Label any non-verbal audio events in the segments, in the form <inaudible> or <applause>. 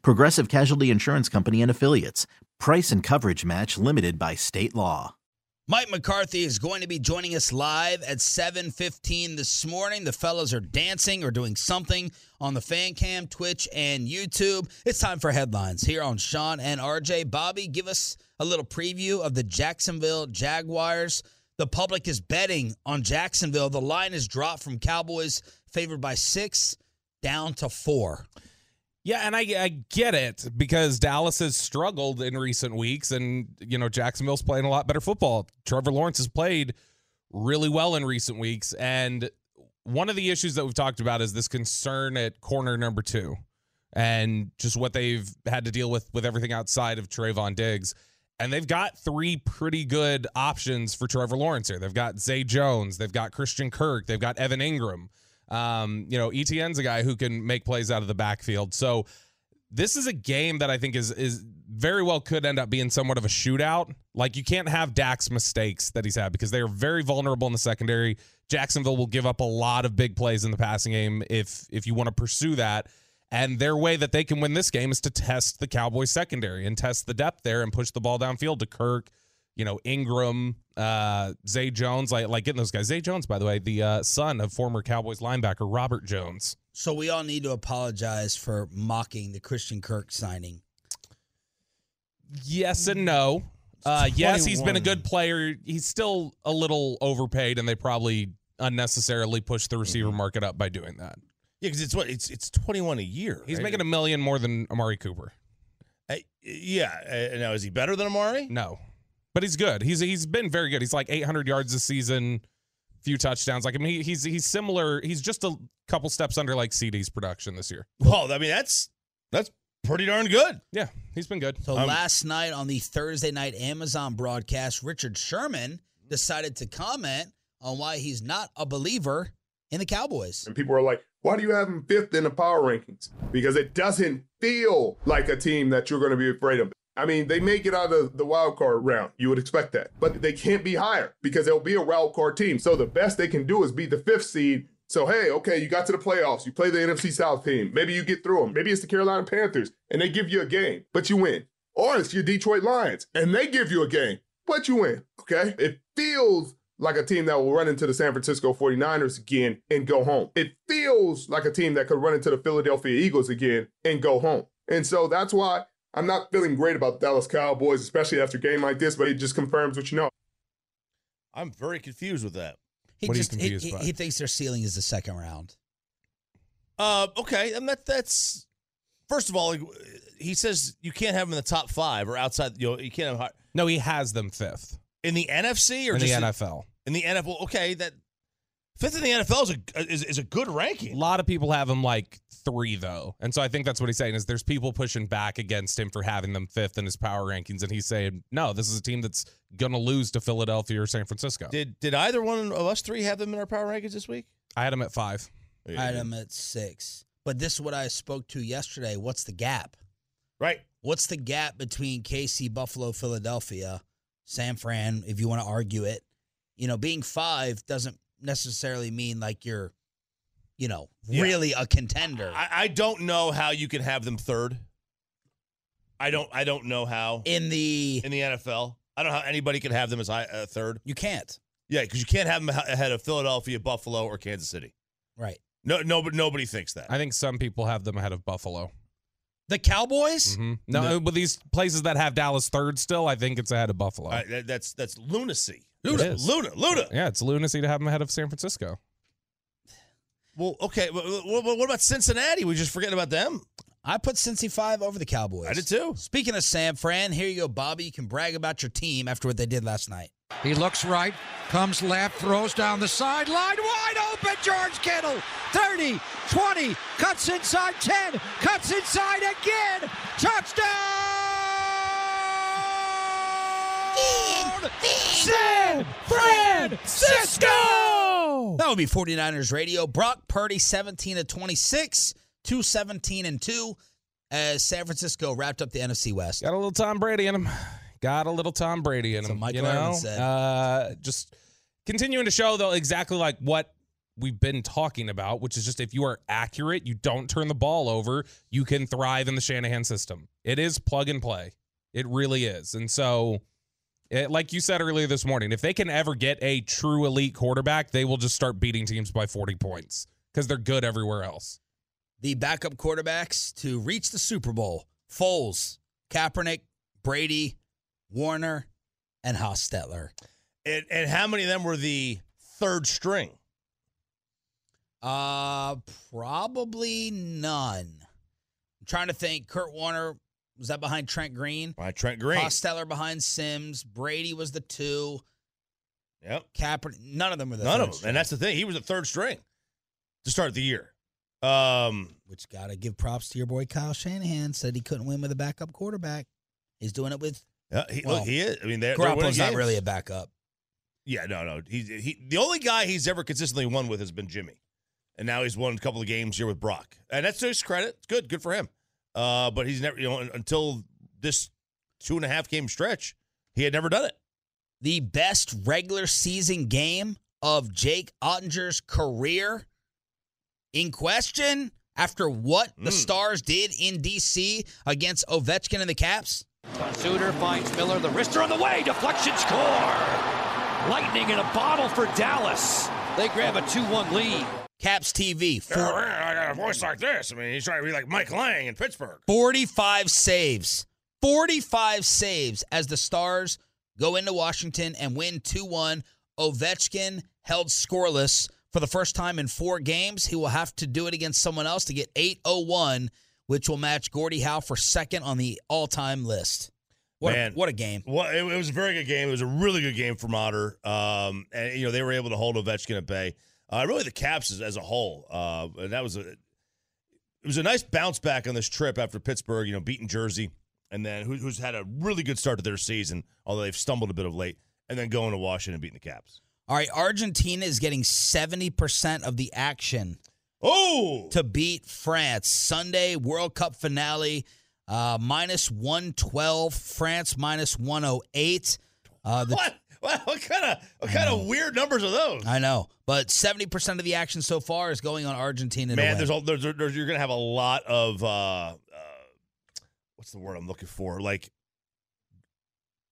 Progressive Casualty Insurance Company and Affiliates. Price and coverage match limited by state law. Mike McCarthy is going to be joining us live at 7:15 this morning. The fellas are dancing or doing something on the fan cam, Twitch, and YouTube. It's time for headlines here on Sean and RJ. Bobby, give us a little preview of the Jacksonville Jaguars. The public is betting on Jacksonville. The line is dropped from Cowboys favored by 6 down to 4. Yeah, and I, I get it because Dallas has struggled in recent weeks, and you know Jacksonville's playing a lot better football. Trevor Lawrence has played really well in recent weeks, and one of the issues that we've talked about is this concern at corner number two, and just what they've had to deal with with everything outside of Trayvon Diggs, and they've got three pretty good options for Trevor Lawrence here. They've got Zay Jones, they've got Christian Kirk, they've got Evan Ingram. Um, you know, ETN's a guy who can make plays out of the backfield. So this is a game that I think is is very well could end up being somewhat of a shootout. Like you can't have Dak's mistakes that he's had because they are very vulnerable in the secondary. Jacksonville will give up a lot of big plays in the passing game if if you want to pursue that. And their way that they can win this game is to test the Cowboys secondary and test the depth there and push the ball downfield to Kirk, you know, Ingram, uh, Zay Jones, like like getting those guys. Zay Jones, by the way, the uh, son of former Cowboys linebacker Robert Jones. So we all need to apologize for mocking the Christian Kirk signing. Yes and no. Uh, yes, he's been a good player. He's still a little overpaid, and they probably unnecessarily pushed the receiver market up by doing that. Yeah, because it's what it's it's twenty one a year. He's right? making a million more than Amari Cooper. I- yeah. Uh, now is he better than Amari? No, but he's good. He's he's been very good. He's like 800 yards this season, few touchdowns. Like I mean, he, he's he's similar. He's just a couple steps under like CD's production this year. Well, I mean that's that's pretty darn good. Yeah, he's been good. So last night on the Thursday night Amazon broadcast, Richard Sherman decided to comment on why he's not a believer in the Cowboys. And people are like, why do you have them fifth in the power rankings? Because it doesn't feel like a team that you're going to be afraid of. I mean, they make it out of the wild card round. You would expect that. But they can't be higher because they'll be a wild card team. So the best they can do is be the fifth seed. So, hey, okay, you got to the playoffs. You play the NFC South team. Maybe you get through them. Maybe it's the Carolina Panthers and they give you a game, but you win. Or it's your Detroit Lions and they give you a game, but you win. Okay. It feels like a team that will run into the San Francisco 49ers again and go home. It feels like a team that could run into the Philadelphia Eagles again and go home. And so that's why I'm not feeling great about the Dallas Cowboys, especially after a game like this, but it just confirms what you know. I'm very confused with that. He What are you just he, confused he- by? he thinks their ceiling is the second round. Uh, okay, and that that's first of all, like, he says you can't have him in the top five or outside. You know, you can't have high, No, he has them fifth in the NFC or in the just NFL. in, in the NFL. Okay, that fifth in the NFL is a is, is a good A ranking. lot of people have him like three though, and so I think that's what he's saying is there's people pushing back against him for having them fifth in his power rankings, and he's saying no, this is a team that's gonna lose to Philadelphia or San Francisco. Did did either one of us three have them in our power rankings this week? I had him at five. Item at six. But this is what I spoke to yesterday. What's the gap? Right. What's the gap between KC, Buffalo, Philadelphia, San Fran, if you want to argue it? You know, being five doesn't necessarily mean like you're, you know, Yeah. really a contender. I, I don't know how you can have them third. I don't. I don't know how in the in the NFL. I don't know how anybody can have them as high, uh, third. you can't. Yeah, because you can't have them ahe- ahead of Philadelphia, Buffalo, or Kansas City. Right. No, no, but nobody thinks that. I think some people have them ahead of Buffalo. The Cowboys? Mhm. No, but these places that have Dallas third still, I think it's ahead of Buffalo. All right, that, that's that's lunacy. It Luna, is. Luna, Luna. Yeah, it's lunacy to have them ahead of San Francisco. Well, okay. Well, well, well, what about Cincinnati? We just forgetting about them. I put Cincy five over the Cowboys. Mm-hmm. I did too. Speaking of Sam Fran, here you go, Bobby. You can brag about your team after what they did last night. He looks right, comes left, throws down the sideline, wide open, George Kittle, 30, 20, cuts inside 10, cuts inside again, touchdown! San Francisco! That would be 49ers radio. Brock Purdy, 17 to 26, 217 and 2, as San Francisco wrapped up the NFC West. Got a little Tom Brady in him. Got a little Tom Brady in That's what him. Michael you know? Irvin said. Uh, just continuing to show though exactly like what we've been talking about, which is just if you are accurate, you don't turn the ball over, you can thrive in the Shanahan system. It is plug and play. It really is. And so, it, like you said earlier this morning, if they can ever get a true elite quarterback, they will just start beating teams by 40 points because they're good everywhere else. The backup quarterbacks to reach the Super Bowl Foles, Kaepernick, Brady, Warner, and Hostetler. And, and how many of them were the third string? Uh, probably none. I'm trying to think. Kurt Warner, was that behind Trent Green? By Trent Green. Hostetler behind Sims. Brady was the two. Yep. Kaepernick, none of them were the None third of them. string. And that's the thing. He was the third string to start the year. Um, which got to give props to your boy Kyle Shanahan. Said he couldn't win with a backup quarterback. He's doing it with yeah, he, Well, look, he is. I mean, they're, they're winning Garoppolo's not games. really a backup. Yeah, no, no. He, he the only guy he's ever consistently won with has been Jimmy, and now he's won a couple of games here with Brock, and that's to his credit. It's good, good for him. Uh, but he's never, you know, un- until this two and a half game stretch, he had never done it. The best regular season game of Jake Ottinger's career in question after what the Mm. Stars did in DC against Ovechkin and the Caps. Suter finds Miller, the wrister on the way, deflection score. Lightning in a bottle for Dallas. They grab a 2 1 lead. Caps TV, <laughs> four, I got a voice like this. I mean, he's trying to be like Mike Lang in Pittsburgh. 45 saves. 45 saves as the Stars go into Washington and win 2 1. Ovechkin held scoreless for the first time in four games. He will have to do it against someone else to get 801, which will match Gordie Howe for second on the all time list. What, a, Man. what a game. Well, it, it was a very good game. It was a really good game for Mater. Um, and you know they were able to hold Ovechkin at bay. Uh, really, the Caps as, as a whole, uh, and that was a it was a nice bounce back on this trip after Pittsburgh. You know, beating Jersey, and then who, who's had a really good start to their season, although they've stumbled a bit of late, and then going to Washington and beating the Caps. All right, Argentina is getting 70% of the action Oh, to beat France. Sunday World Cup finale, uh, minus one twelve. France minus one oh eight. Uh, the, what? What, what kind of what kind of weird numbers are those? I know, but seventy percent of the action so far is going on Man, Argentina. to win. there's, all, there's, there's you're gonna have a lot of uh, uh, what's the word I'm looking for? Like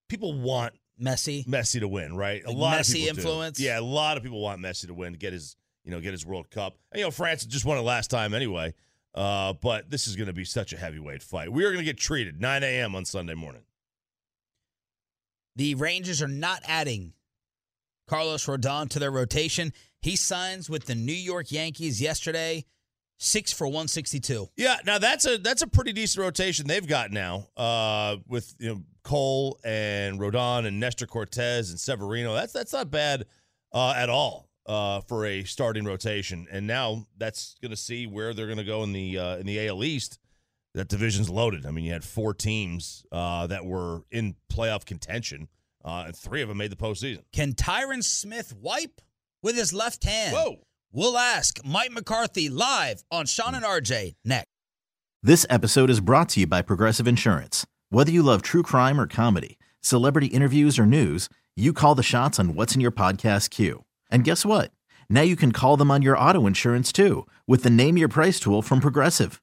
people want Messi. Messi to win, right? Like Messi people do. influence? Yeah, a lot of people want Messi to win to get his you know get his World Cup. And, you know, France just won it last time anyway. Uh, but this is gonna be such a heavyweight fight. We are gonna get treated 9 a.m. on Sunday morning. The Rangers are not adding Carlos Rodon to their rotation. He signs with the New York Yankees yesterday, six for one sixty two. Yeah, now that's a that's a pretty decent rotation they've got now uh, with you know Cole and Rodon and Nestor Cortez and Severino. That's that's not bad uh, at all uh, for a starting rotation. And now that's going to see where they're going to go in the uh, in the AL East. That division's loaded. I mean, you had four teams uh, that were in playoff contention, uh, and three of them made the postseason. Can Tyron Smith wipe with his left hand? Whoa. We'll ask Mike McCarthy live on Sean and RJ next. This episode is brought to you by Progressive Insurance. Whether you love true crime or comedy, celebrity interviews or news, you call the shots on what's in your podcast queue. And guess what? Now you can call them on your auto insurance too with the Name Your Price tool from Progressive.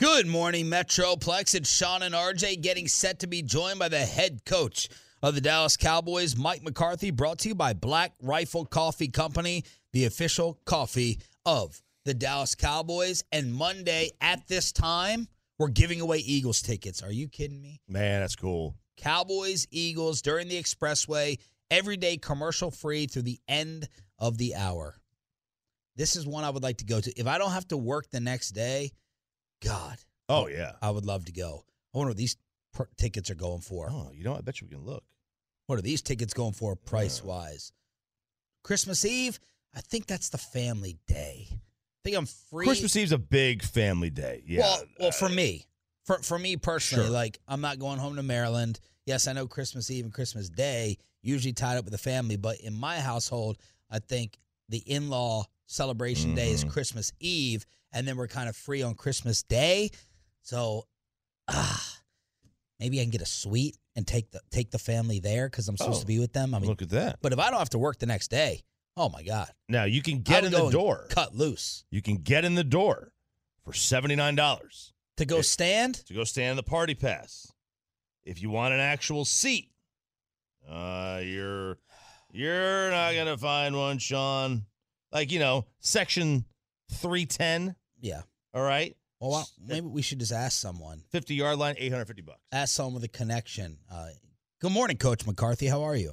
Good morning, Metroplex. It's Sean and RJ getting set to be joined by the head coach of the Dallas Cowboys, Mike McCarthy, brought to you by Black Rifle Coffee Company, the official coffee of the Dallas Cowboys. And Monday at this time, we're giving away Eagles tickets. Are you kidding me? Man, that's cool. Cowboys, Eagles during the expressway, every day commercial free through the end of the hour. This is one I would like to go to. If I don't have to work the next day, God, Oh yeah. I would love to go. I wonder what these pr- tickets are going for. Oh, you know, I bet you we can look. What are these tickets going for price wise? Christmas Eve, I think that's the family day. I think I'm free. Christmas Eve's a big family day. Yeah. uh, Well, well, for me, for for me personally, Sure. like I'm not going home to Maryland. Yes, I know Christmas Eve and Christmas Day usually tied up with the family, but in my household, I think the in-law celebration day is Mm-hmm. Christmas Eve, and then we're kind of free on Christmas Day. So, ah, maybe I can get a suite and take the take the family there because I'm supposed Oh, to be with them. I mean, look at that. but if I don't have to work the next day, oh my god, Now you can I get in would go the and door. cut loose You can get in the door for seventy nine dollars. to go Yeah. stand. to go stand in the party pass. If you want an actual seat, uh, you're you're not gonna find one, Sean. Like you know, section three ten. Yeah. All right, Well, why- maybe we should just ask someone. fifty yard line, eight hundred fifty bucks. ask someone with a connection. Uh, good morning, Coach McCarthy. How are you?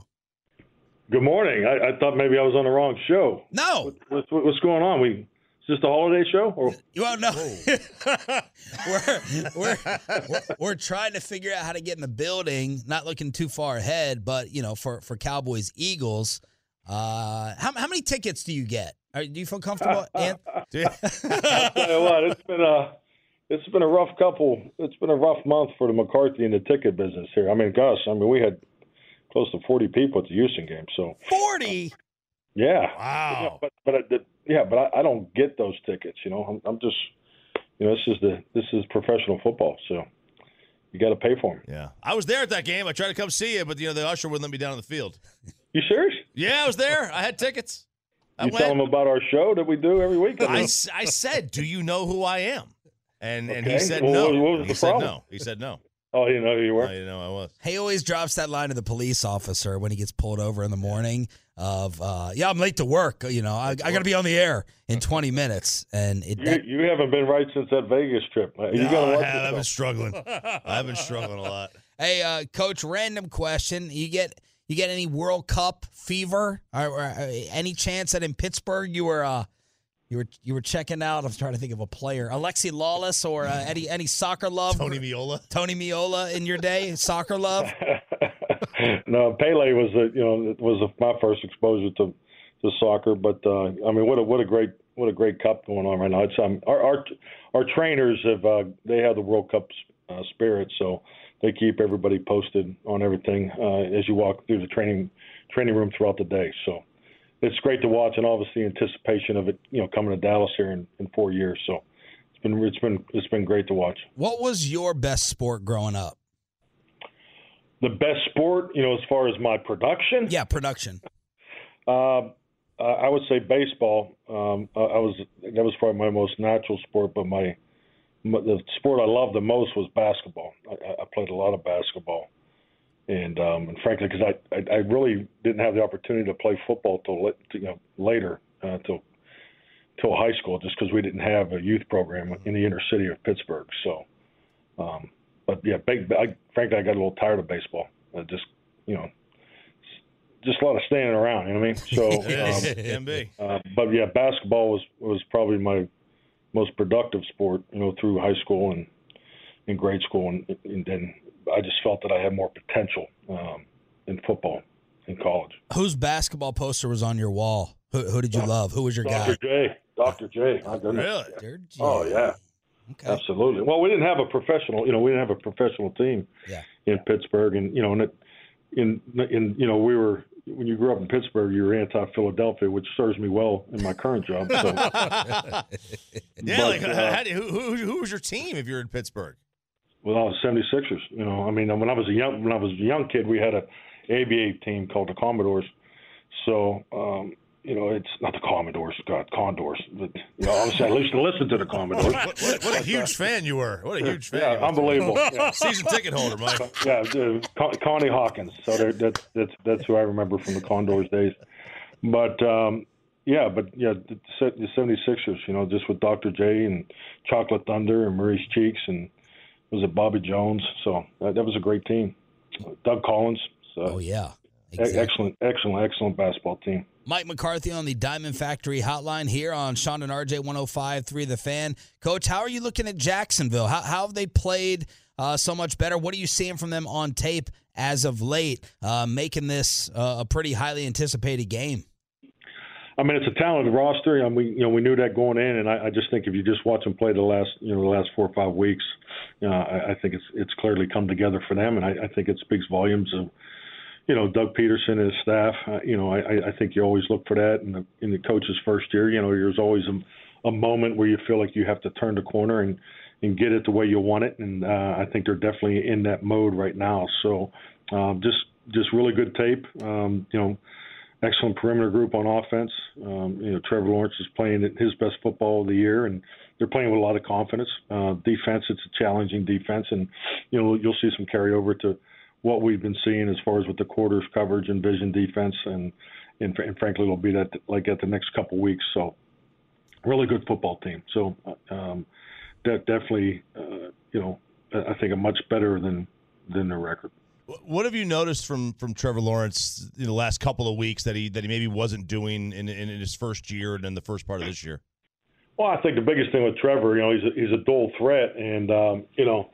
Good morning. I, I thought maybe I was on the wrong show. No, What's, what, what's going on? We is this the holiday show? Or you won't know. <laughs> we're, we're, we're we're trying to figure out how to get in the building. Not looking too far ahead, but you know, for for Cowboys Eagles, uh, how how many tickets do you get? Are, do you feel comfortable? Anth- I tell you what, it's been a it's been a rough couple. It's been a rough month for the McCarthy and the ticket business here. I mean, gosh, I mean we had close to forty people at the Houston game. So Forty. yeah, Yeah, Wow. but but I, the, yeah, but I, I don't get those tickets. You know, I'm, I'm just you know this is the this is professional football. So you got to pay for them. Yeah, I was there at that game. I tried to come see you, but you know the usher wouldn't let me down on the field. You serious? Yeah, I was there. I had tickets. I you went. tell them about our show that we do every week. <laughs> I, s- I said, "Do you know who I am?" And and he Okay. said Well, no. what- what was he the said problem? no. He said no. oh, you know who you were. I didn't know I was. He always drops that line to the police officer when he gets pulled over in the morning of, uh, yeah, I'm late to work. You know, I, I got to be on the air in 20 minutes. And it, You, that- you haven't been right since that Vegas trip. Are you No, gonna I watch have, I've been yourself? struggling. I've been struggling a <laughs> lot. Hey, uh, coach. Random question. You get you get any World Cup fever? Or, or, uh, any chance that in Pittsburgh you were uh, you were you were checking out? I'm trying to think of a player, Alexi Lawless or uh, any any soccer love? Tony Miola. Tony Miola in your day, soccer love. no, Pele was the you know it was my first exposure to to soccer, but uh, I mean what a what a great what a great cup going on right now. It's um, our our our trainers have uh, they have the World Cup uh, spirit, so they keep everybody posted on everything uh, as you walk through the training training room throughout the day. So it's great to watch, and obviously anticipation of it you know coming to Dallas here in, in four years. So it's been it's been it's been great to watch. What was your best sport growing up? The best sport, you know, as far as my production. Yeah, production. Um, I I would say baseball. Um, I, I was that was probably my most natural sport, but my, my the sport I loved the most was basketball. I, I- I played a lot of basketball, and um, and frankly, because I, I I really didn't have the opportunity to play football till lit- you know later uh, till till high school, just because we didn't have a youth program in the inner city of Pittsburgh. So, um, but yeah, big, I, frankly, I got a little tired of baseball. I just you know. Just a lot of standing around, you know what I mean? So, um, <laughs> <laughs> MB. uh, but yeah, basketball was was probably my most productive sport, you know, through high school and in grade school, and, and then I just felt that I had more potential um, in football in college. Whose basketball poster was on your wall? Who, who did you love? Who was your guy? Dr. J, Dr. J. My goodness. Really? Dude, Oh yeah, Okay. absolutely. Well, we didn't have a professional. You know, we didn't have a professional team Yeah. in Pittsburgh, and you know, and it, in in you know, we were when you grew up in Pittsburgh, you were anti-Philadelphia, which serves me well in my current job. <laughs> So, Yeah, But, like uh, how do, who, who who was your team if you're in Pittsburgh? well, I was 76ers. You know, I mean, when I was a young when I was a young kid, we had a ABA team called the Commodores. So, um, you know, it's not the Commodores, God, Condors. But, you know, obviously, I used to listen to the Commodores. What, what, what a huge fan you were! What a <laughs> huge fan! uh, Yeah, you were. unbelievable. Yeah. <laughs> Season ticket holder, Mike. yeah, uh, Con- Connie Hawkins. So they're- that's that's that's who I remember from the Condors days. But um, yeah, but yeah, the se- the 76ers, you know, just with Dr. J and Chocolate Thunder and Maurice Cheeks and was it Bobby Jones? So that, that was a great team. Doug Collins. So Oh yeah. e- excellent, excellent, excellent basketball team. Mike McCarthy on the Diamond Factory Hotline here on Sean and RJ 105.3 The Fan. Coach, how are you looking at Jacksonville? How, how have they played uh, so much better? What are you seeing from them on tape as of late, uh, making this uh, a pretty highly anticipated game? I mean, it's a talented roster, and we you know we knew that going in, and I, I just think if you just watch them play the last you know the last four or five weeks, you know, I, I think it's it's clearly come together for them, and I, I think it speaks volumes of you know Doug Peterson and his staff. Uh, you know, I, I- I think you always look for that in the in the coach's first year. You know, there's always a, a moment where you feel like you have to turn the corner and and get it the way you want it, and uh, I think they're definitely in that mode right now. So um, just just really good tape. Um, you know excellent perimeter group on offense. Um, you know, Trevor Lawrence is playing his best football of the year, and they're playing with a lot of confidence. Uh, defense, it's a challenging defense, and you know you'll see some carryover to what we've been seeing as far as with the quarters coverage and vision defense, and and, fr- and frankly, it'll be that like at the next couple weeks. So, really good football team. So, um, that definitely, uh, you know, I I think a much better than than their record. What have you noticed from from Trevor Lawrence in the last couple of weeks that he that he maybe wasn't doing in in, in his first year and in the first part of this year? Well, I think the biggest thing with Trevor, you know, he's a, he's a dual threat, and um, you know,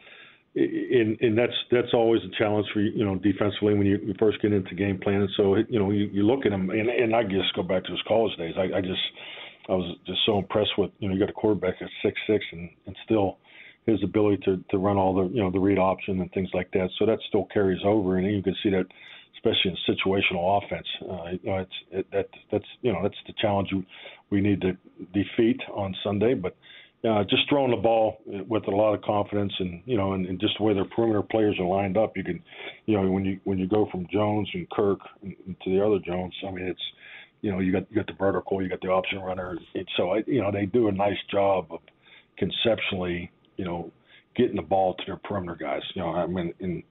i- in and that's that's always a challenge for you you know defensively when you, you first get into game planning. So you know, you, you look at him, and and I just go back to his college days. I, I just I was just so impressed with you know you got a quarterback at six six and and still his ability to to run all the you know the read option and things like that. So that still carries over, and you can see that especially in situational offense. Uh, you know, it's it, that that's you know that's the challenge you, we need to defeat on Sunday, but. Uh, just throwing the ball with a lot of confidence, and you know, and, and just the way their perimeter players are lined up, you can, you know, when you when you go from Jones and Kirk and, and to the other Jones, I mean, it's, you know, you got you got the vertical, you got the option runner, and so I, you know, they do a nice job of conceptually, you know, getting the ball to their perimeter guys. You know, I mean, in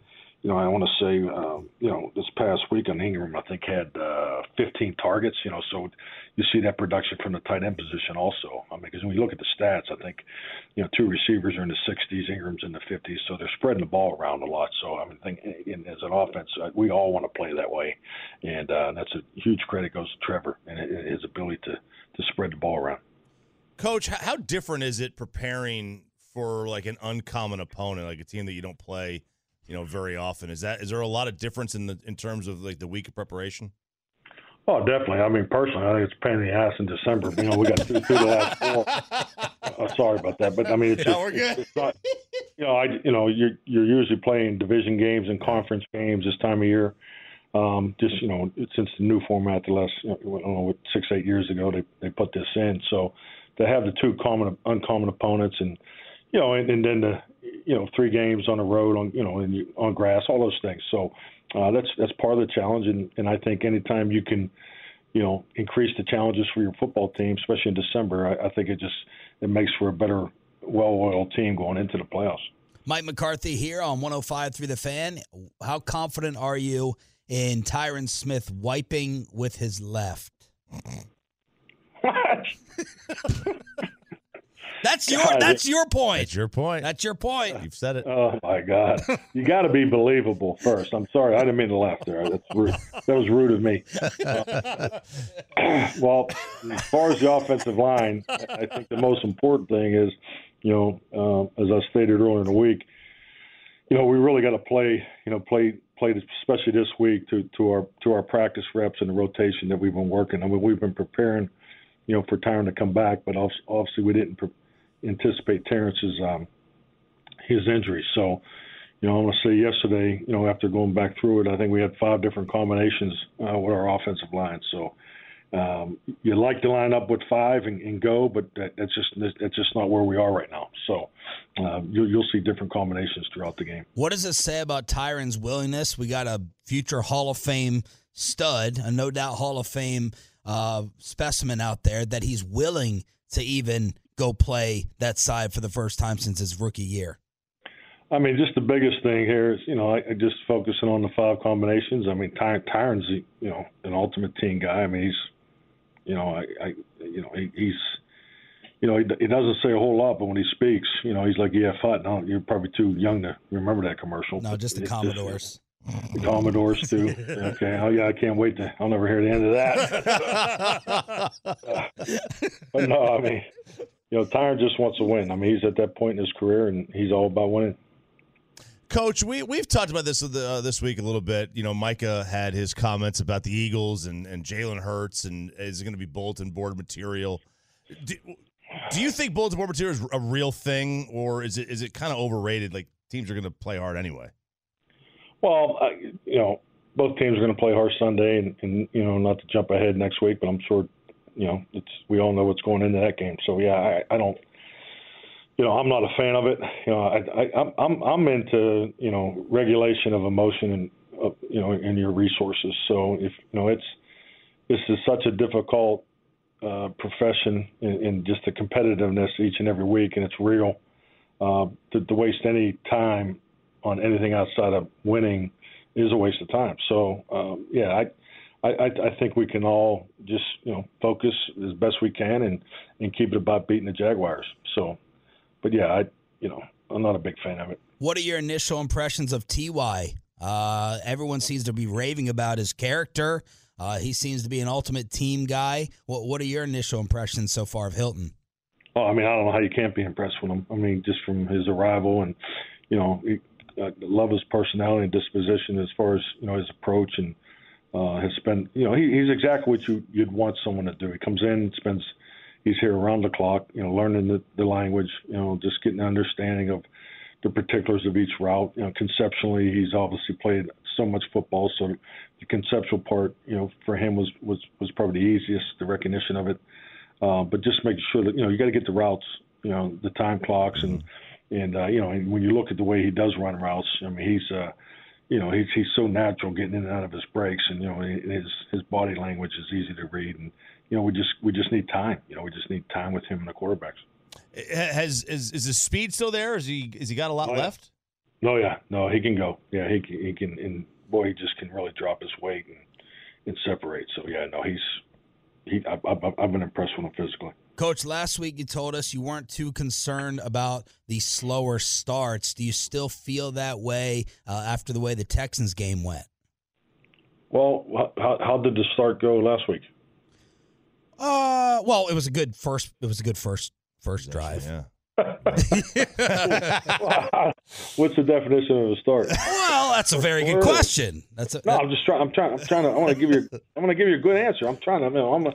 you know, I want to say, um, you know, this past week on Ingram, I think had uh, 15 targets. You know, so you see that production from the tight end position also. I mean, because when you look at the stats, I think, you know, two receivers are in the 60s, Ingram's in the 50s, so they're spreading the ball around a lot. So I mean, think, in, as an offense, uh, we all want to play that way, and uh, that's a huge credit goes to Trevor and his ability to to spread the ball around. Coach, how, how different is it preparing for like an uncommon opponent, like a team that you don't play, you know, very often? Is that is there a lot of difference in the in terms of like the week of preparation? Oh, definitely. I mean, personally, I think it's a pain in the ass in December. You know, we got through, through the last <laughs> four. Uh, sorry about that, but I mean, it's No, just, we're good. It's not, you know, I you know you're you're usually playing division games and conference games this time of year. Um, just you know, since the new format, the last you know, I don't know what six eight years ago they they put this in, so to have the two common uncommon opponents and you know, and, and then the you know three games on the road on you know and you, on grass, all those things. So uh, that's that's part of the challenge, and, and I think anytime you can you know increase the challenges for your football team, especially in December, I, I think it just it makes for a better, well-oiled team going into the playoffs. Mike McCarthy here on 105 through the fan. How confident are you in Tyron Smith wiping with his left? That's your God, that's your That's point. your point. That's your point. You've said <laughs> it. oh my God, you got to be believable first. I'm sorry, I didn't mean to laugh there. That's rude. That was rude of me. Uh, <clears throat> well, as far as the offensive line, I I think the most important thing is, you know, um, as I stated earlier in the week, you know, we really got to play, you know, play play this- especially this week to to our to our practice reps and the rotation that we've been working. I mean, we've been preparing you know, for Tyron to come back, but obs- obviously we didn't pre- anticipate Terrence's um, his injury. So, you know, I'm going to say yesterday, you know, after going back through it, I think we had five different combinations uh, with our offensive line. So, um, you like to line up with five and, and go, but that, that's just that's just not where we are right now. So, um, you'll, you'll see different combinations throughout the game. What does it say about Tyron's willingness? We got a future Hall of Fame stud, a no doubt Hall of Fame uh, specimen out there that he's willing to even go play that side for the first time since his rookie year. I mean, just the biggest thing here is, you know, I, I just focusing on the five combinations. I mean, Ty, Tyron's, you know, an ultimate team guy. I mean, he's, you know, I, I you know, he, he's, you know, he, he doesn't say a whole lot, but when he speaks, you know, he's like, yeah, fuck, no, you're probably too young to remember that commercial. No, But just the it's Commodores. the Commodores too. <laughs> Okay. Oh yeah, I can't wait to. I'll never hear the end of that. but no, I mean, you know, Tyron just wants to win. I mean, he's at that point in his career, and he's all about winning. <laughs> Coach, we we've talked about this uh, this week a little bit. You know, Micah had his comments about the Eagles and and Jalen Hurts and is it going to be bulletin board material? Do, do you think bulletin board material is a real thing, or is it is it kind of overrated? Like teams are going to play hard anyway. Well, I, you know, both teams are going to play hard Sunday, and, and you know, not to jump ahead next week, but I'm sure, you know, it's we all know what's going into that game. So yeah, I, I don't, you know, I'm not a fan of it. You know, I, I I'm I'm I'm into you know regulation of emotion and of, you know and your resources. So if you know, it's this is such a difficult uh, profession and, and just the competitiveness each and every week, and it's real. Uh, to, to waste any time on anything outside of winning is a waste of time. So um, yeah, I, I I I think we can all just you know focus as best we can and and keep it about beating the Jaguars. So, but yeah, I you know I'm not a big fan of it. What are your initial impressions of Ty? Uh, everyone seems to be raving about his character. Uh, he seems to be an ultimate team guy. What What are your initial impressions so far of Hilton? Oh, I mean, I don't know how you can't be impressed with him. I mean, just from his arrival and, you know, he, I love his personality and disposition as far as you know his approach and uh, has spent. You know, he, he's exactly what you you'd want someone to do. He comes in, spends, he's here around the clock. You know, learning the, the language. You know, just getting an understanding of the particulars of each route. You know, conceptually, he's obviously played so much football, so the conceptual part, you know, for him was was was probably the easiest, the recognition of it. Uh, but just making sure that you know you got to get the routes, you know, the time clocks, and and uh, you know, and when you look at the way he does run routes, I mean, he's uh, you know, he's he's so natural getting in and out of his breaks, and you know, and his his body language is easy to read, and you know, we just we just need time, you know, we just need time with him and the quarterbacks. Eh, Has is is his speed still there? Is he is he got a lot Oh, yeah. left? No, yeah, no, he can go. Yeah, he can, he can, and boy, he just can really drop his weight and, and separate. So yeah, no, he's he. I, I, I've been impressed with him physically. Coach, last week you told us you weren't too concerned about the slower starts. Do you still feel that way uh, after the way the Texans game went? Well, how- how, how did the start go last week? Uh, well, it was a good first. It was a good first first drive. Yeah. <laughs> What's the definition of a start? Well, that's a very good Really? question. That's a, No, I'm just trying. I'm trying. I'm trying to. I want to give you. I'm going to give you a good answer. I'm trying to. You know, I'm. A,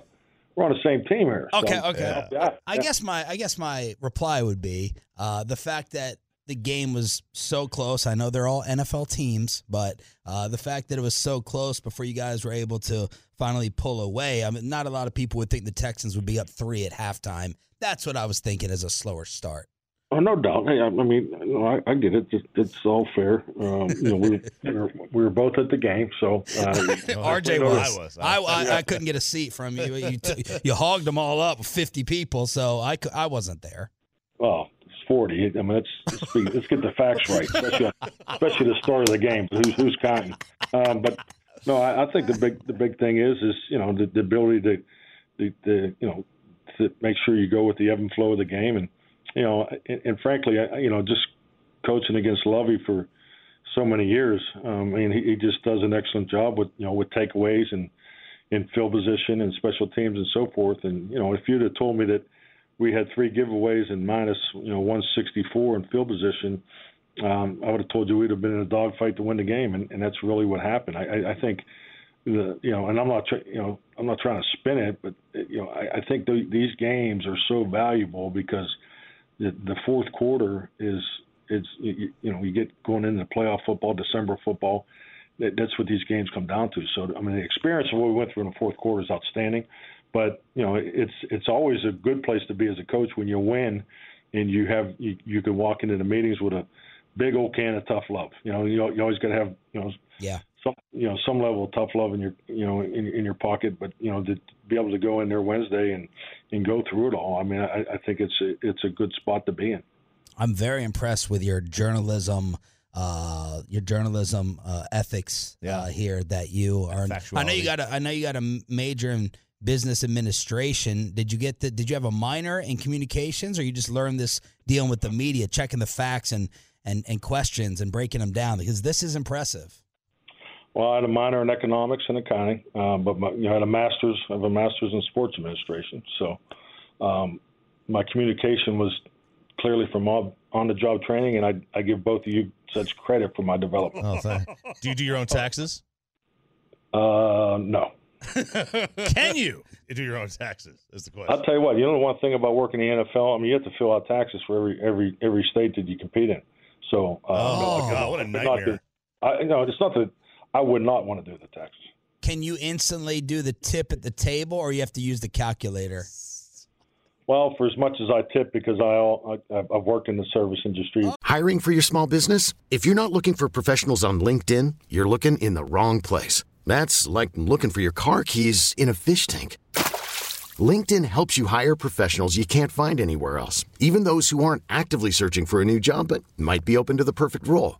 we're on the same team here. so- Okay, okay. Yeah, I guess my I guess my reply would be uh, the fact that the game was so close. I know they're all NFL teams, but uh, the fact that it was so close before you guys were able to finally pull away. I mean, not a lot of people would think the Texans would be up three at halftime. That's what I was thinking as a slower start. Oh, no doubt. Hey, I, I mean, no, I, I get it. It's, it's all fair. Um, you know, we, we, were, we were both at the game, so uh, RJ I was. I was. I, I, couldn't get a seat from you. You, t- you hogged them all up, with fifty people. So I cou- I wasn't there. well, it's forty. I mean, let's let's, be, let's get the facts right, especially especially the start of the game. Who's who's counting? Um, but no, I, I think the big the big thing is is you know the, the ability to the, the you know to make sure you go with the ebb and flow of the game, and you know, and, and frankly, I, you know, just coaching against Lovey for so many years, um, I mean, he, he just does an excellent job with you know with takeaways and in field position and special teams and so forth. And you know, if you'd have told me that we had three giveaways and minus you know 164 in field position, um, I would have told you we'd have been in a dogfight to win the game, and, and that's really what happened. I, I, I think the you know, and I'm not tr- you know I'm not trying to spin it, but uh, you know I, I think th- these games are so valuable because the, the fourth quarter is it's you, you know you get going into playoff football, December football. That, that's what these games come down to. So I mean, the experience of what we went through in the fourth quarter is outstanding. But you know, it's it's always a good place to be as a coach when you win, and you have you, you can walk into the meetings with a big old can of tough love. You know, you, you always got to have you know Yeah. some you know some level of tough love in your you know in, in your pocket, but you know to be able to go in there Wednesday and and go through it all. I mean, I, I think it's a, it's a good spot to be in. I'm very impressed with your journalism, uh, your journalism uh, ethics uh, here that you are. I know you Factuality. got. A, I know you got a major in business administration. Did you get the? Did you have a minor in communications, or you just learned this dealing with the media, checking the facts and and and questions and breaking them down? Because this is impressive. Well, I had a minor in economics and accounting, um, but my, you know, I had a master's. I have a master's in sports administration, so um, my communication was clearly from on, on-the-job training, and I, I give both of you such credit for my development. Oh, thank- Do you do <laughs> your own taxes? Oh. Uh, no, Can you do your own taxes? Is the question. I'll tell you what. You know the one thing about working in the NFL. I mean, you have to fill out taxes for every every every state that you compete in. So, uh, Oh, Oh. God, what a it's not nightmare! that- I, no, it's not that I would not want to do the taxes. Can you instantly do the tip at the table, or you have to use the calculator? Well, for as much as I tip, because I, all, I I've worked in the service industry Hiring for your small business? If you're not looking for professionals on LinkedIn, you're looking in the wrong place. That's like looking for your car keys in a fish tank. LinkedIn helps you hire professionals you can't find anywhere else, even those who aren't actively searching for a new job but might be open to the perfect role.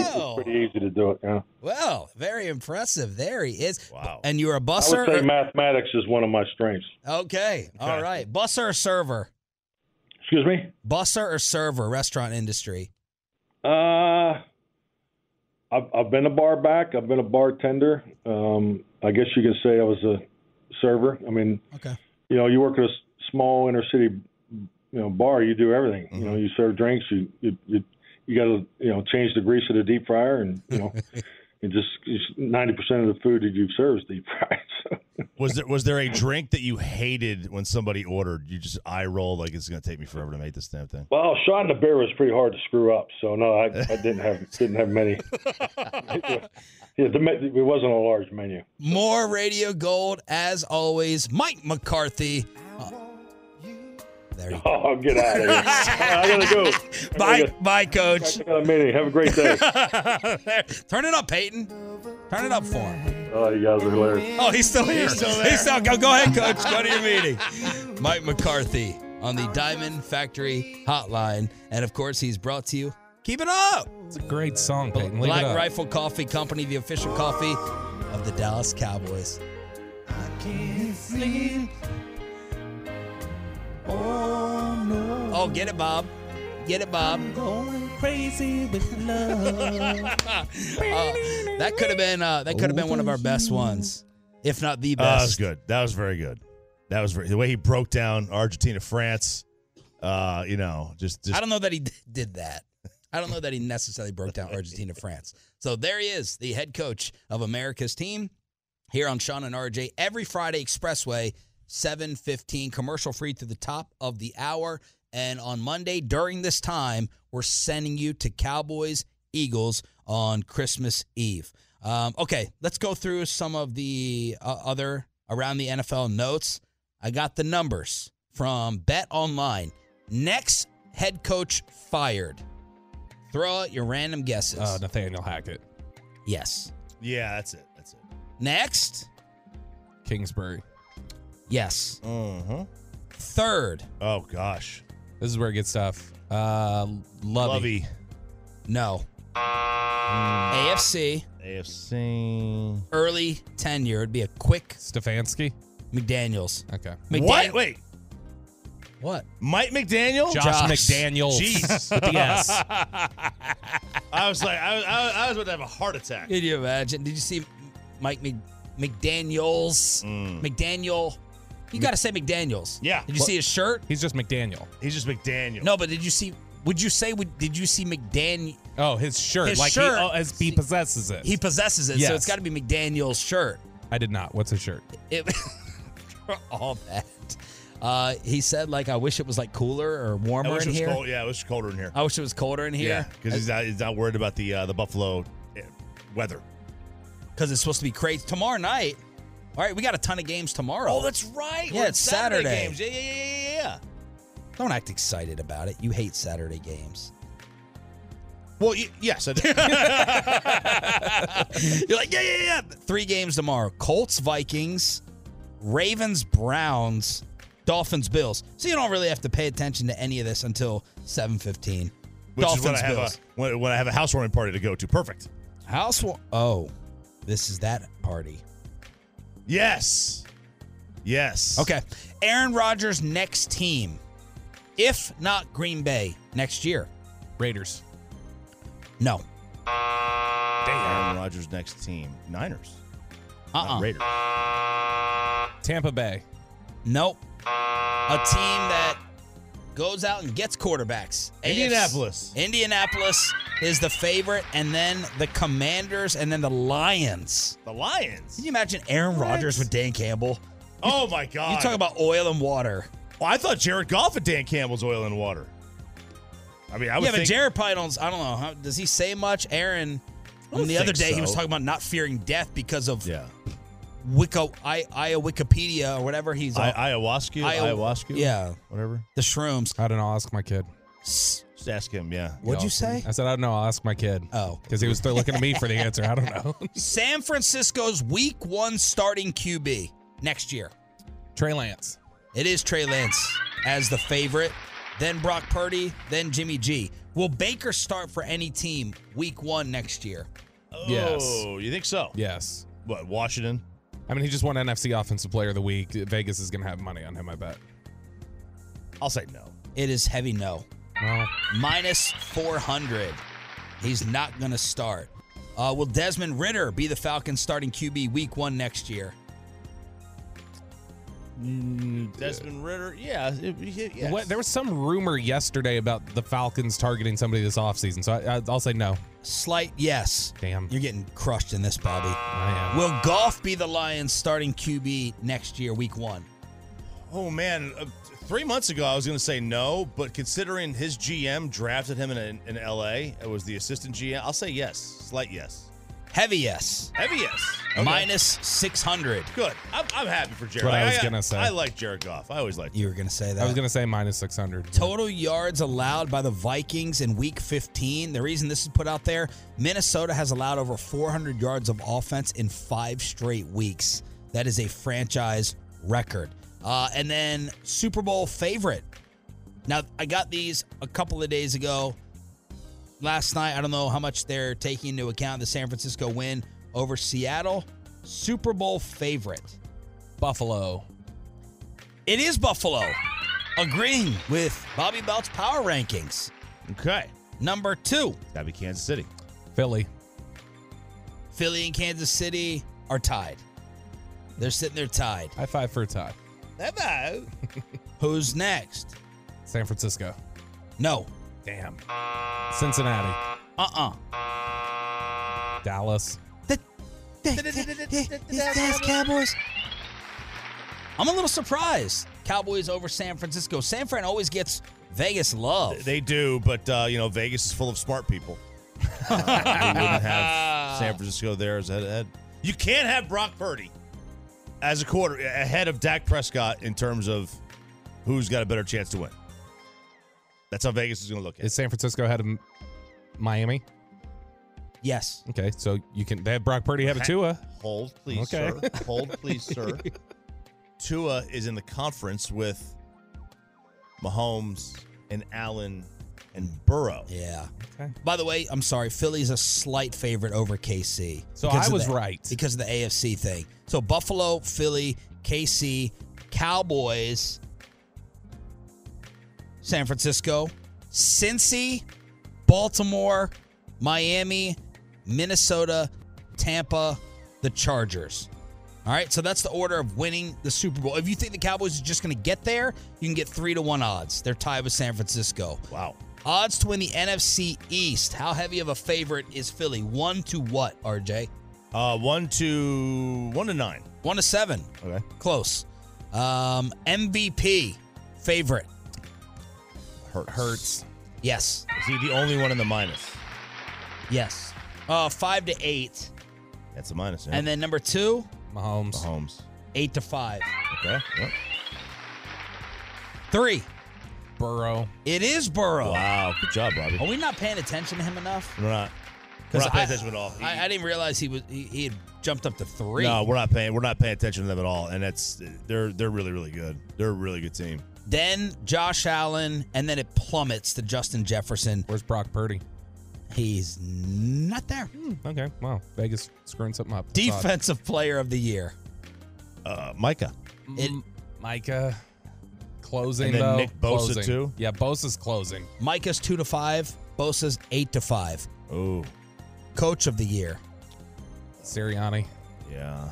it's wow. pretty easy to do it. Yeah. Well, very impressive. There he is. Wow. And you're a I busser? would say or- mathematics is one of my strengths. Okay. All Okay. right. Busser or server? Excuse me. Busser or server, restaurant industry. Uh, I've, I've been a bar back. I've been a bartender. Um, I guess you can say I was a server. I mean, Okay. you know, you work at a s- small inner city, you know, bar. You do everything. You know, you serve drinks. You you you, you got to you know change the grease of the deep fryer, and you know, and just ninety percent of the food that you've served is deep fried. <laughs> So. Was there was there a drink that you hated when somebody ordered? You just eye roll like it's gonna take me forever to make this damn thing. Well, shot in the beer was pretty hard to screw up, so no, I, I didn't have didn't have many. yeah, the, me- it wasn't a large menu. <laughs> More Radio Gold, as always. Mike McCarthy. <laughs> Uh, there you go. Oh, get out of here! <laughs> I gotta go. I Bye, gotta, bye, coach. I got a meeting. Have a great day. There. Turn it up, Peyton. Turn it up for him. oh, you guys are hilarious. Oh, he's still here. He's still there. go, go ahead, coach. Go to your meeting. Mike McCarthy on the Diamond Factory Hotline. And of course, he's brought to you. Keep it up. It's a great song, Peyton. Leave Black it up. Rifle Coffee Company, the official coffee of the Dallas Cowboys. Oh, get it, Bob. Get it, Bob. <laughs> Uh, that could have been uh, that could have been one of our best ones, if not the Uh, that was best. good. That was very good. That was very, the way he broke down Argentina, France. Uh, you know, just just I don't know that he <laughs> d- did that. I don't know that he necessarily broke down Argentina, France. So there he is, the head coach of America's team here on Sean and RJ every Friday Expressway, 7:15 commercial free through the top of the hour and on Monday during this time we're sending you to Cowboys Eagles on Christmas Eve. Um, okay, let's go through some of the uh, other around the NFL notes. I got the numbers from Bet Online. Next head coach fired. Throw out your random guesses. Uh, Nathaniel Hackett. yes. yeah, that's it. That's it. Next, Kingsbury. Yes. Mm-hmm. Third. Oh gosh. This is where it gets tough. Uh Lovey. Lovey. No. AFC. AFC. Early tenure. It'd be a quick Stefanski. McDaniels. Okay. McDan- What? Wait. What? Mike McDaniel? Josh, Oh, Josh. McDaniels. Jeez. With the <laughs> S. I was like, I was, I was- I was about to have a heart attack. Can you imagine? Did you see Mike Mc- McDaniels? Mm. McDaniel. You got to say McDaniels. Yeah. Did you see his shirt? He's just McDaniel. He's just McDaniel. No, but did you see? Would you say? would- Did you see McDaniel? Oh, his shirt. His like shirt. he oh, as he possesses it. He possesses it, so Yes. it's got to be McDaniel's shirt. I did not. What's his shirt? It, <laughs> for all that. Uh, he said, like, I wish it was like cooler or I warmer wish in it was here. cold. Yeah, I wish it was colder in here. I wish it was colder in Yeah, here because he's not, he's not worried about the uh, the Buffalo eh, weather. because it's supposed to be crazy tomorrow night. All right, we got a ton of games tomorrow. Oh, that's right. Yeah, We're it's at Saturday. games. Yeah, yeah, yeah, yeah, yeah, yeah. Don't act excited about it. You hate Saturday games. Well, y- yes, <laughs> I do. You're like, yeah, yeah, yeah. Three games tomorrow: Colts, Vikings, Ravens, Browns, Dolphins, Bills. So you don't really have to pay attention to any of this until 7:15. Which Dolphins, is when I have Bills. a when, when I have a housewarming party to go to. Perfect. House. wa- Oh, this is that party. Yes, yes. Okay. Aaron Rodgers' next team, if not Green Bay next year. Raiders. No. Aaron Rodgers' next team, Niners, Uh. not uh Raiders. Tampa Bay. Nope. A team that goes out and gets quarterbacks. AFC Indianapolis. Indianapolis is the favorite, and then the Commanders, and then the Lions. The Lions. Can you imagine Aaron Rodgers with Dan Campbell? Oh my God. You talk about oil and water. Well, I thought Jared Goff and Dan Campbell's oil and water. I mean, I would yeah, but think. Jared probably don't. I don't know. How, does he say much? Aaron. I mean, the think other day, he so. was talking about not fearing death because of yeah, Wiki, I, I, Wikipedia or whatever he's on. I, ayahuasca, I- ayahuasca, yeah. whatever. the shrooms. I don't know. I'll ask my kid. Just ask him. Yeah. What'd you Y'all see? say? I said, I don't know. I'll ask my kid. Oh. Because he was still looking at me for the answer. I don't know. <laughs> San Francisco's week one starting QB next year. Trey Lance. It is Trey Lance as the favorite, then Brock Purdy, then Jimmy G. Will Baker start for any team week one next year? Yes. Oh, you think so? Yes. What Washington? I mean, he just won NFC Offensive Player of the Week. Vegas is going to have money on him, I bet. I'll say no. It is heavy no. Well, Minus 400. He's not going to start. Uh, will Desmond Ritter be the Falcons starting QB week one next year? Desmond Ritter. Yeah. it- it- yes. what, there was some rumor yesterday about the Falcons targeting somebody this offseason, so I, I, I'll say no. Slight yes. Damn. You're getting crushed in this, Bobby. I am. Will Goff be the Lions starting QB next year, week one? Oh man, uh, three months ago I was going to say no, but considering his GM drafted him in, in L.A., it was the assistant GM. I'll say yes, slight yes, Heavy yes. heavy yes. Okay. Minus 600. Good. I'm, I'm happy for Jared. what I Like, was gonna say. I like Jared Goff. I always liked. You were going to say that. I was going to say minus 600. Total yards allowed by the Vikings in week 15. The reason this is put out there Minnesota has allowed over 400 yards of offense in five straight weeks. That is a franchise record. Uh, and then Super Bowl favorite. Now, I got these a couple of days ago. Last night, I don't know how much they're taking into account the San Francisco win over Seattle. Super Bowl favorite. Buffalo. It is Buffalo. Agreeing with Bobby Belt's power rankings. Okay. Number two, That'd be Kansas City. Philly. Philly and Kansas City are tied. They're sitting there tied. High five for a tie. Hello. <laughs> Who's next? San Francisco. No. Damn. Cincinnati. Uh uh Dallas. Cowboys. I'm a little surprised. Cowboys over San Francisco. San Fran always gets Vegas love. They do, but uh, you know Vegas is full of smart people. Uh, they wouldn't have San Francisco there as head ahead. You can't have Brock Purdy as a quarter ahead of Dak Prescott in terms of who's got a better chance to win. That's how Vegas is going to look at Is it. San Francisco ahead of M- Miami? Yes. Okay, so you can. They have Brock Purdy ahead of Tua. Hold, please, Okay. sir. Hold, please, sir. Tua is in the conference with Mahomes and Allen and Burrow. Yeah. By the way, I'm sorry. Philly's a slight favorite over KC. So because I of was the- right. because of the AFC thing. So Buffalo, Philly, KC, Cowboys, San Francisco, Cincy, Baltimore, Miami, Minnesota, Tampa, the Chargers. All right, so that's the order of winning the Super Bowl. If you think the Cowboys are just going to get there, you can get three to one odds. They're tied with San Francisco. Wow. Odds to win the NFC East. How heavy of a favorite is Philly? One to what, RJ? Uh, one to one to nine. One to seven. Okay. Close. Um, MVP favorite. Hurts. Hurts. Yes. Is he the only one in the minus? Yes. Uh, five to eight. That's a minus. Yeah. And then number two, Mahomes. Mahomes. eight to five. Okay. Yep. Three. Burrow. It is Burrow. Wow. Good job, Bobby. Are we not paying attention to him enough? We're not. Oh. We're not paying attention at all. I, I didn't realize he was he, he had jumped up to three. No, we're not paying. We're not paying attention to them at all. And that's they're they're really really good. They're a really good team. Then Josh Allen, and then it plummets to Justin Jefferson. Where's Brock Purdy? He's not there. Hmm. Okay. Wow. Vegas screwing something up. That's odd. Defensive player of the year. Uh, Micah. It- Mm, Micah closing And then though. Nick Bosa, Closing. too? Yeah, Bosa's closing. Micah's two to five. Bosa's eight to five. Oh, Coach of the year. Sirianni. yeah.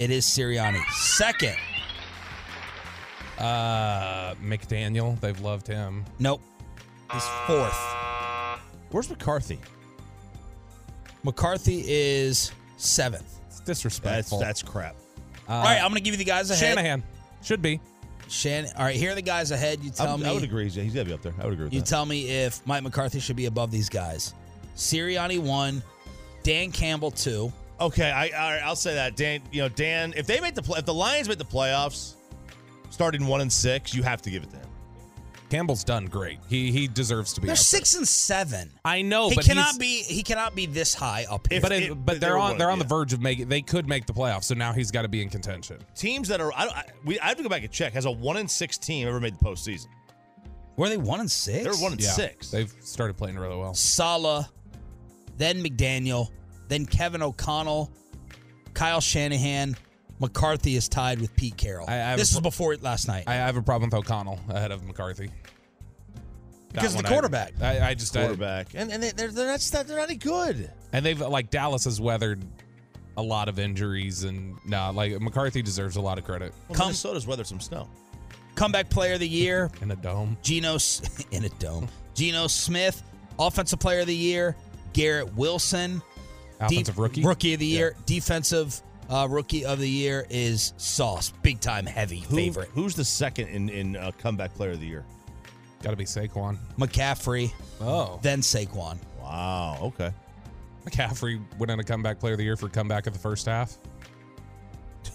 It is Sirianni. Second. Uh McDaniel. They've loved him. Nope. He's fourth. Where's McCarthy? McCarthy is seventh. It's That's disrespectful. that's crap. Uh, All right, I'm going to give you the guys ahead. Shanahan. Should be. Shan- All right, here are the guys ahead. You tell I, would- me. I would agree. He's, he's got to be up there. I would agree with You that. tell me if Mike McCarthy should be above these guys. Sirianni one, Dan Campbell two. okay, I, I I'll say that Dan. You know Dan. If they make the play, if the Lions make the playoffs, starting one and six, you have to give it to him. Campbell's done great. He he deserves to be. They're up there. six and seven. I know, he but cannot he's- be. He cannot be this high up here. If- But it, it- but they they're were on one, they're on the yeah. verge of making. They could make the playoffs. So now he's got to be in contention. Teams that are I, don't, I we I have to go back and check. Has a one and six team ever made the postseason? Were they one and 6 They're one and six. They've started playing really well. Sala, then McDaniel, then Kevin O'Connell, Kyle Shanahan. McCarthy is tied with Pete Carroll. I- I have this a was before last night I I have a problem with O'Connell ahead of McCarthy Got because of the one I- quarterback. I, I just I- quarterback, and and they, they're they're not they're not any good. and they've like Dallas has weathered a lot of injuries and nah, like McCarthy deserves a lot of credit Well, Come- Minnesota's weathered some snow. Comeback player of the year, in a dome. Geno S- <laughs> in a dome. Geno Smith, offensive player of the year, Garrett Wilson, Def- Offensive rookie. of the year, defensive uh, rookie of the year is Sauce, big time heavy Who- favorite. Who's the second in in uh, comeback player of the year? Got to be Saquon. McCaffrey, Oh, then Saquon. Wow. Okay. McCaffrey winning a comeback player of the year for comeback of the first half. <laughs>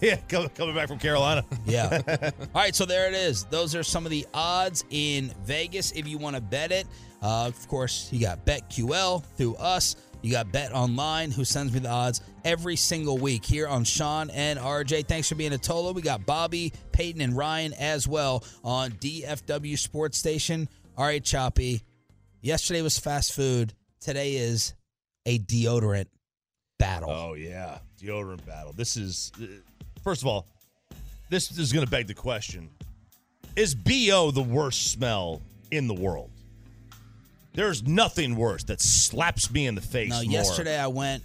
Yeah, coming, coming back from Carolina. Yeah. All right, so there it is. Those are some of the odds in Vegas if you want to bet it. Uh, of course, you got BetQL through us. You got Bet Online, who sends me the odds every single week here on Sean and RJ. Thanks for being a Tolo. We got Bobby, Peyton, and Ryan as well on DFW Sports Station. All right, Choppy. Yesterday was fast food. Today is a deodorant battle. Oh yeah, deodorant battle. This is uh, first of all, this is going to beg the question: Is bo the worst smell in the world? There's nothing worse that slaps me in the face. Now, more. yesterday I went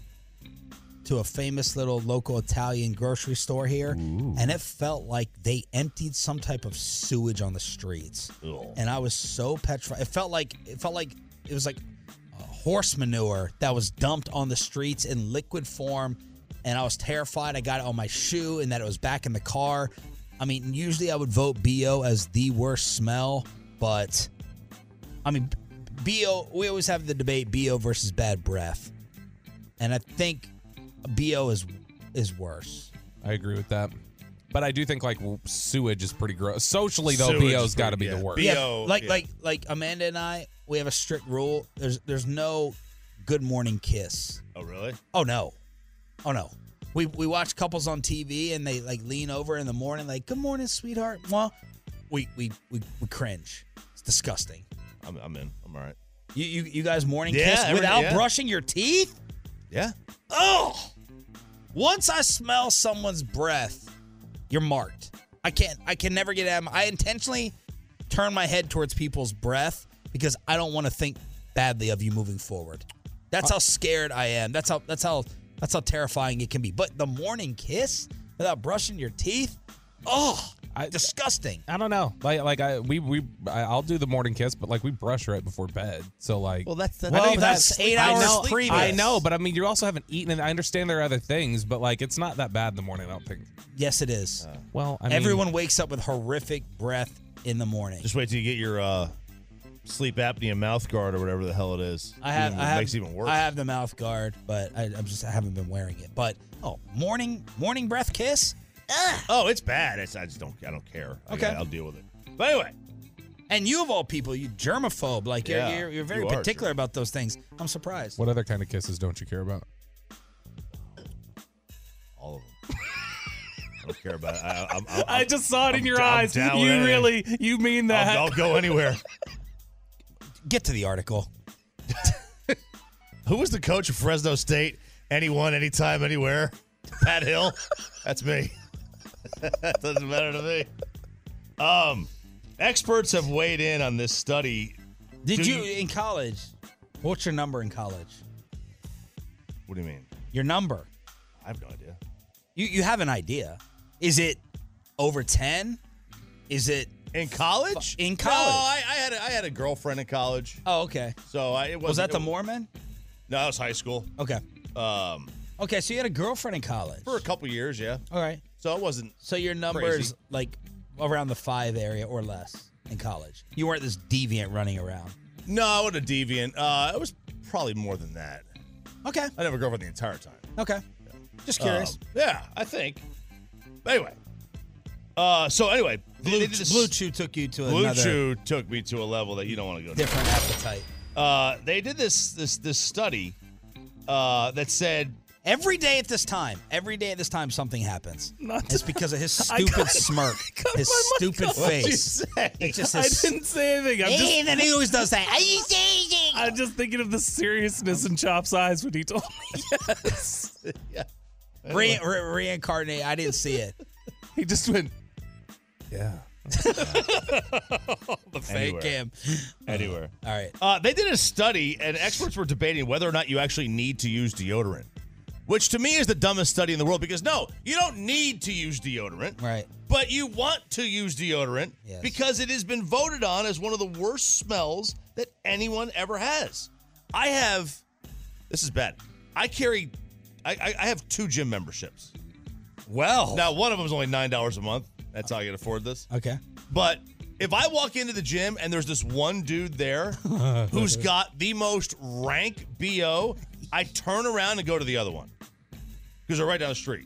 to a famous little local Italian grocery store here, and it felt like they emptied some type of sewage on the streets. Ugh. And I was so petrified. It felt like it felt like it was like uh, horse manure that was dumped on the streets in liquid form. And I was terrified. I got it on my shoe, and that it was back in the car. I mean, usually I would vote bo as the worst smell, but I mean, Bo, we always have the debate Bo versus bad breath. And I think Bo is is worse. I agree with that. But I do think like sewage is pretty gross. Socially though, Sewage is BO's got to be pretty- the yeah. worst. B- Yeah, BO, like yeah. like like Amanda and I, we have a strict rule. There's there's no good morning kiss. Oh really? Oh no. Oh no. we we watch couples on TV and they like lean over in the morning, like "Good morning, sweetheart." Well, we we we, we cringe. It's disgusting. I'm, I'm in. I'm all right. You you, you guys morning Yeah, kiss every- without yeah. brushing your teeth? Yeah. Oh, once I smell someone's breath, you're marked. I can't. I can never get at 'em. I intentionally turn my head towards people's breath because I don't want to think badly of you moving forward. That's how scared I am. That's how. That's how. That's how terrifying it can be. But the morning kiss without brushing your teeth. Oh, disgusting. I don't know. Like, like I we we I- I'll do the morning kiss, but like we brush right before bed. So like, Well, that's- I that's- don't even that's have- eight I hours know- sleep. I know, but I mean, you also haven't eaten, and I understand there are other things, but like, it's not that bad in the morning. I don't think. Yes, it is. well, I mean- everyone wakes up with horrific breath in the morning. Just wait till you get your uh, sleep apnea mouth guard or whatever the hell it is. I have, Even- I have makes it even worse. I have the mouth guard, but I, I'm just I haven't been wearing it. But oh, morning morning breath kiss. Oh, it's bad. It's I just don't I don't care. I- Okay. I'll deal with it. But anyway, and you of all people, you germaphobe. Like you're Yeah, you're, you're very you are, particular about those things. I'm surprised. What other kind of kisses don't you care about? All of them. I don't care about it. I, I'm, I'm, I just saw it in I'm- your I'm eyes. down with You anything. really- you mean I'll- that. I'll, go anywhere. Get to the article. Who was the coach of Fresno State? Anyone, anytime, anywhere? Pat Hill. That's me. <laughs> that doesn't matter to me. Um, experts have weighed in on this study. Did Do you in college? What's your number in college? What do you mean? Your number. I have no idea. You you have an idea? Is it over ten? Is it in college? In No, college. I, I had a, I had a girlfriend in college. Oh, okay. So I it was wasn't- that the it- Mormon? No, it was high school. Okay. Um. Okay, so you had a girlfriend in college for a couple years, yeah. All right. So it wasn't. So your numbers crazy. like around the five area or less in college. You weren't this deviant running around. No, I wasn't a deviant. Uh, it was probably more than that. Okay. I didn't have a girlfriend the entire time. Okay. Just curious. Um, yeah, I think. Anyway. Uh, so anyway, Blue, Blue Chew took you to Blue another- Chew took me to a level that you don't want to go. Different appetite. Uh, they did this this this study uh, that said every day at this time, every day at this time, something happens. it's because of his <laughs> I stupid got- smirk, his stupid God. What'd you face. say? It's just I his- didn't say anything. I'm Hey, just, the news does that. Are you I'm just thinking of the seriousness in Chop's eyes when he told me <laughs> yes. yeah. Re- re- reincarnate. I didn't see it. He just went. Yeah. the fake Anywhere. cam. Anywhere. <laughs> All right. Uh, they did a study, and experts were debating whether or not you actually need to use deodorant, which to me is the dumbest study in the world because no, you don't need to use deodorant. Right. But you want to use deodorant Yes. because it has been voted on as one of the worst smells that anyone ever has. I have, this is bad. I carry, I, I, I have two gym memberships. Well, now one of them is only nine dollars a month. That's how I can afford this. Okay. But if I walk into the gym and there's this one dude there who's got the most rank BO, I turn around and go to the other one because they're right down the street.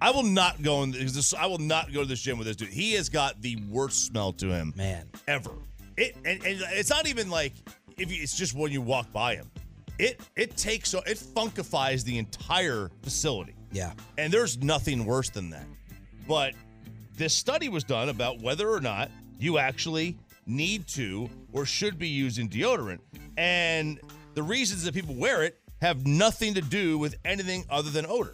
I will not go in this. this- I will not go to this gym with this dude. He has got the worst smell to him, man, ever. It and, and it's not even like if you, it's just when you walk by him, it it takes it funkifies the entire facility. Yeah. And there's nothing worse than that. But this study was done about whether or not you actually need to or should be using deodorant. And the reasons that people wear it have nothing to do with anything other than odor,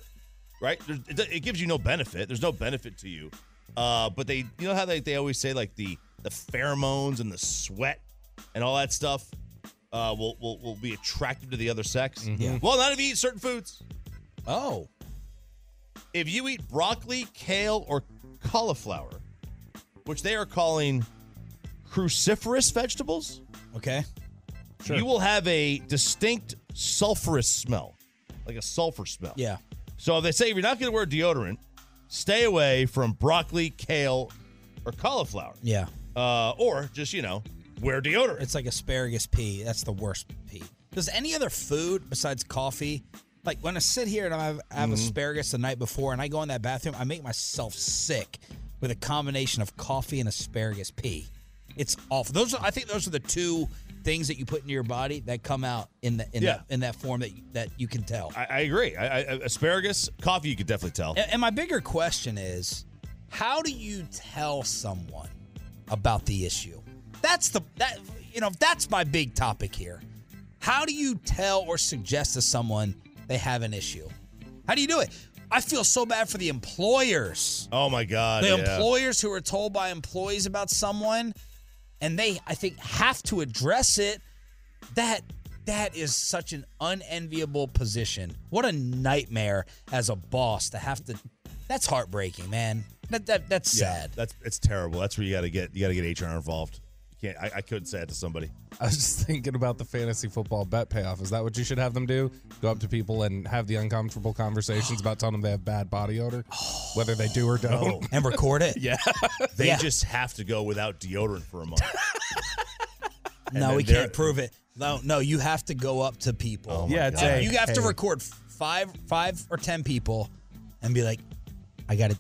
right? There's, it, it gives you no benefit. There's no benefit to you. Uh, but they, you know how they, they always say like the the pheromones and the sweat and all that stuff uh, will, will will be attractive to the other sex. Yeah. Well, not if you eat certain foods. Oh. If you eat broccoli, kale, or cauliflower, which they are calling cruciferous vegetables, Okay. you will have a distinct sulfurous smell, like a sulfur smell. Yeah. So they say if you're not going to wear deodorant, stay away from broccoli, kale, or cauliflower. Yeah. Uh, or just, you know, wear deodorant. It's like asparagus pea. That's the worst pea. Does any other food besides coffee, like when I sit here and I have, I have Mhm. asparagus the night before and I go in that bathroom, I make myself sick with a combination of coffee and asparagus pea. It's awful. Those are, I think those are the two things that you put into your body that come out in the in Yeah. that in that form that that you can tell. I, I agree. I, I, asparagus, coffee, you could definitely tell. And, and my bigger question is, how do you tell someone about the issue? That's the that you know that's my big topic here. How do you tell or suggest to someone they have an issue? How do you do it? I feel so bad for the employers. Oh my god, the yeah. employers who are told by employees about someone, and they I think have to address it. That that is such an unenviable position. What a nightmare as a boss to have to. That's heartbreaking, man. That that that's Yeah, sad. That's it's terrible. That's where you got to get you got to get HR involved. You can't. I, I couldn't say it to somebody. I was just thinking about the fantasy football bet payoff. Is that what you should have them do? Go up to people and have the uncomfortable conversations about telling them they have bad body odor, whether they do or don't. No. And record <laughs> it. Yeah, they Yeah. just have to go without deodorant for <laughs> a month. And no, then we they're- can't prove it. No, no, you have to go up to people. Oh my Yeah, it's God. a- you have to hey. record five, five or ten people, and be like, "I got to."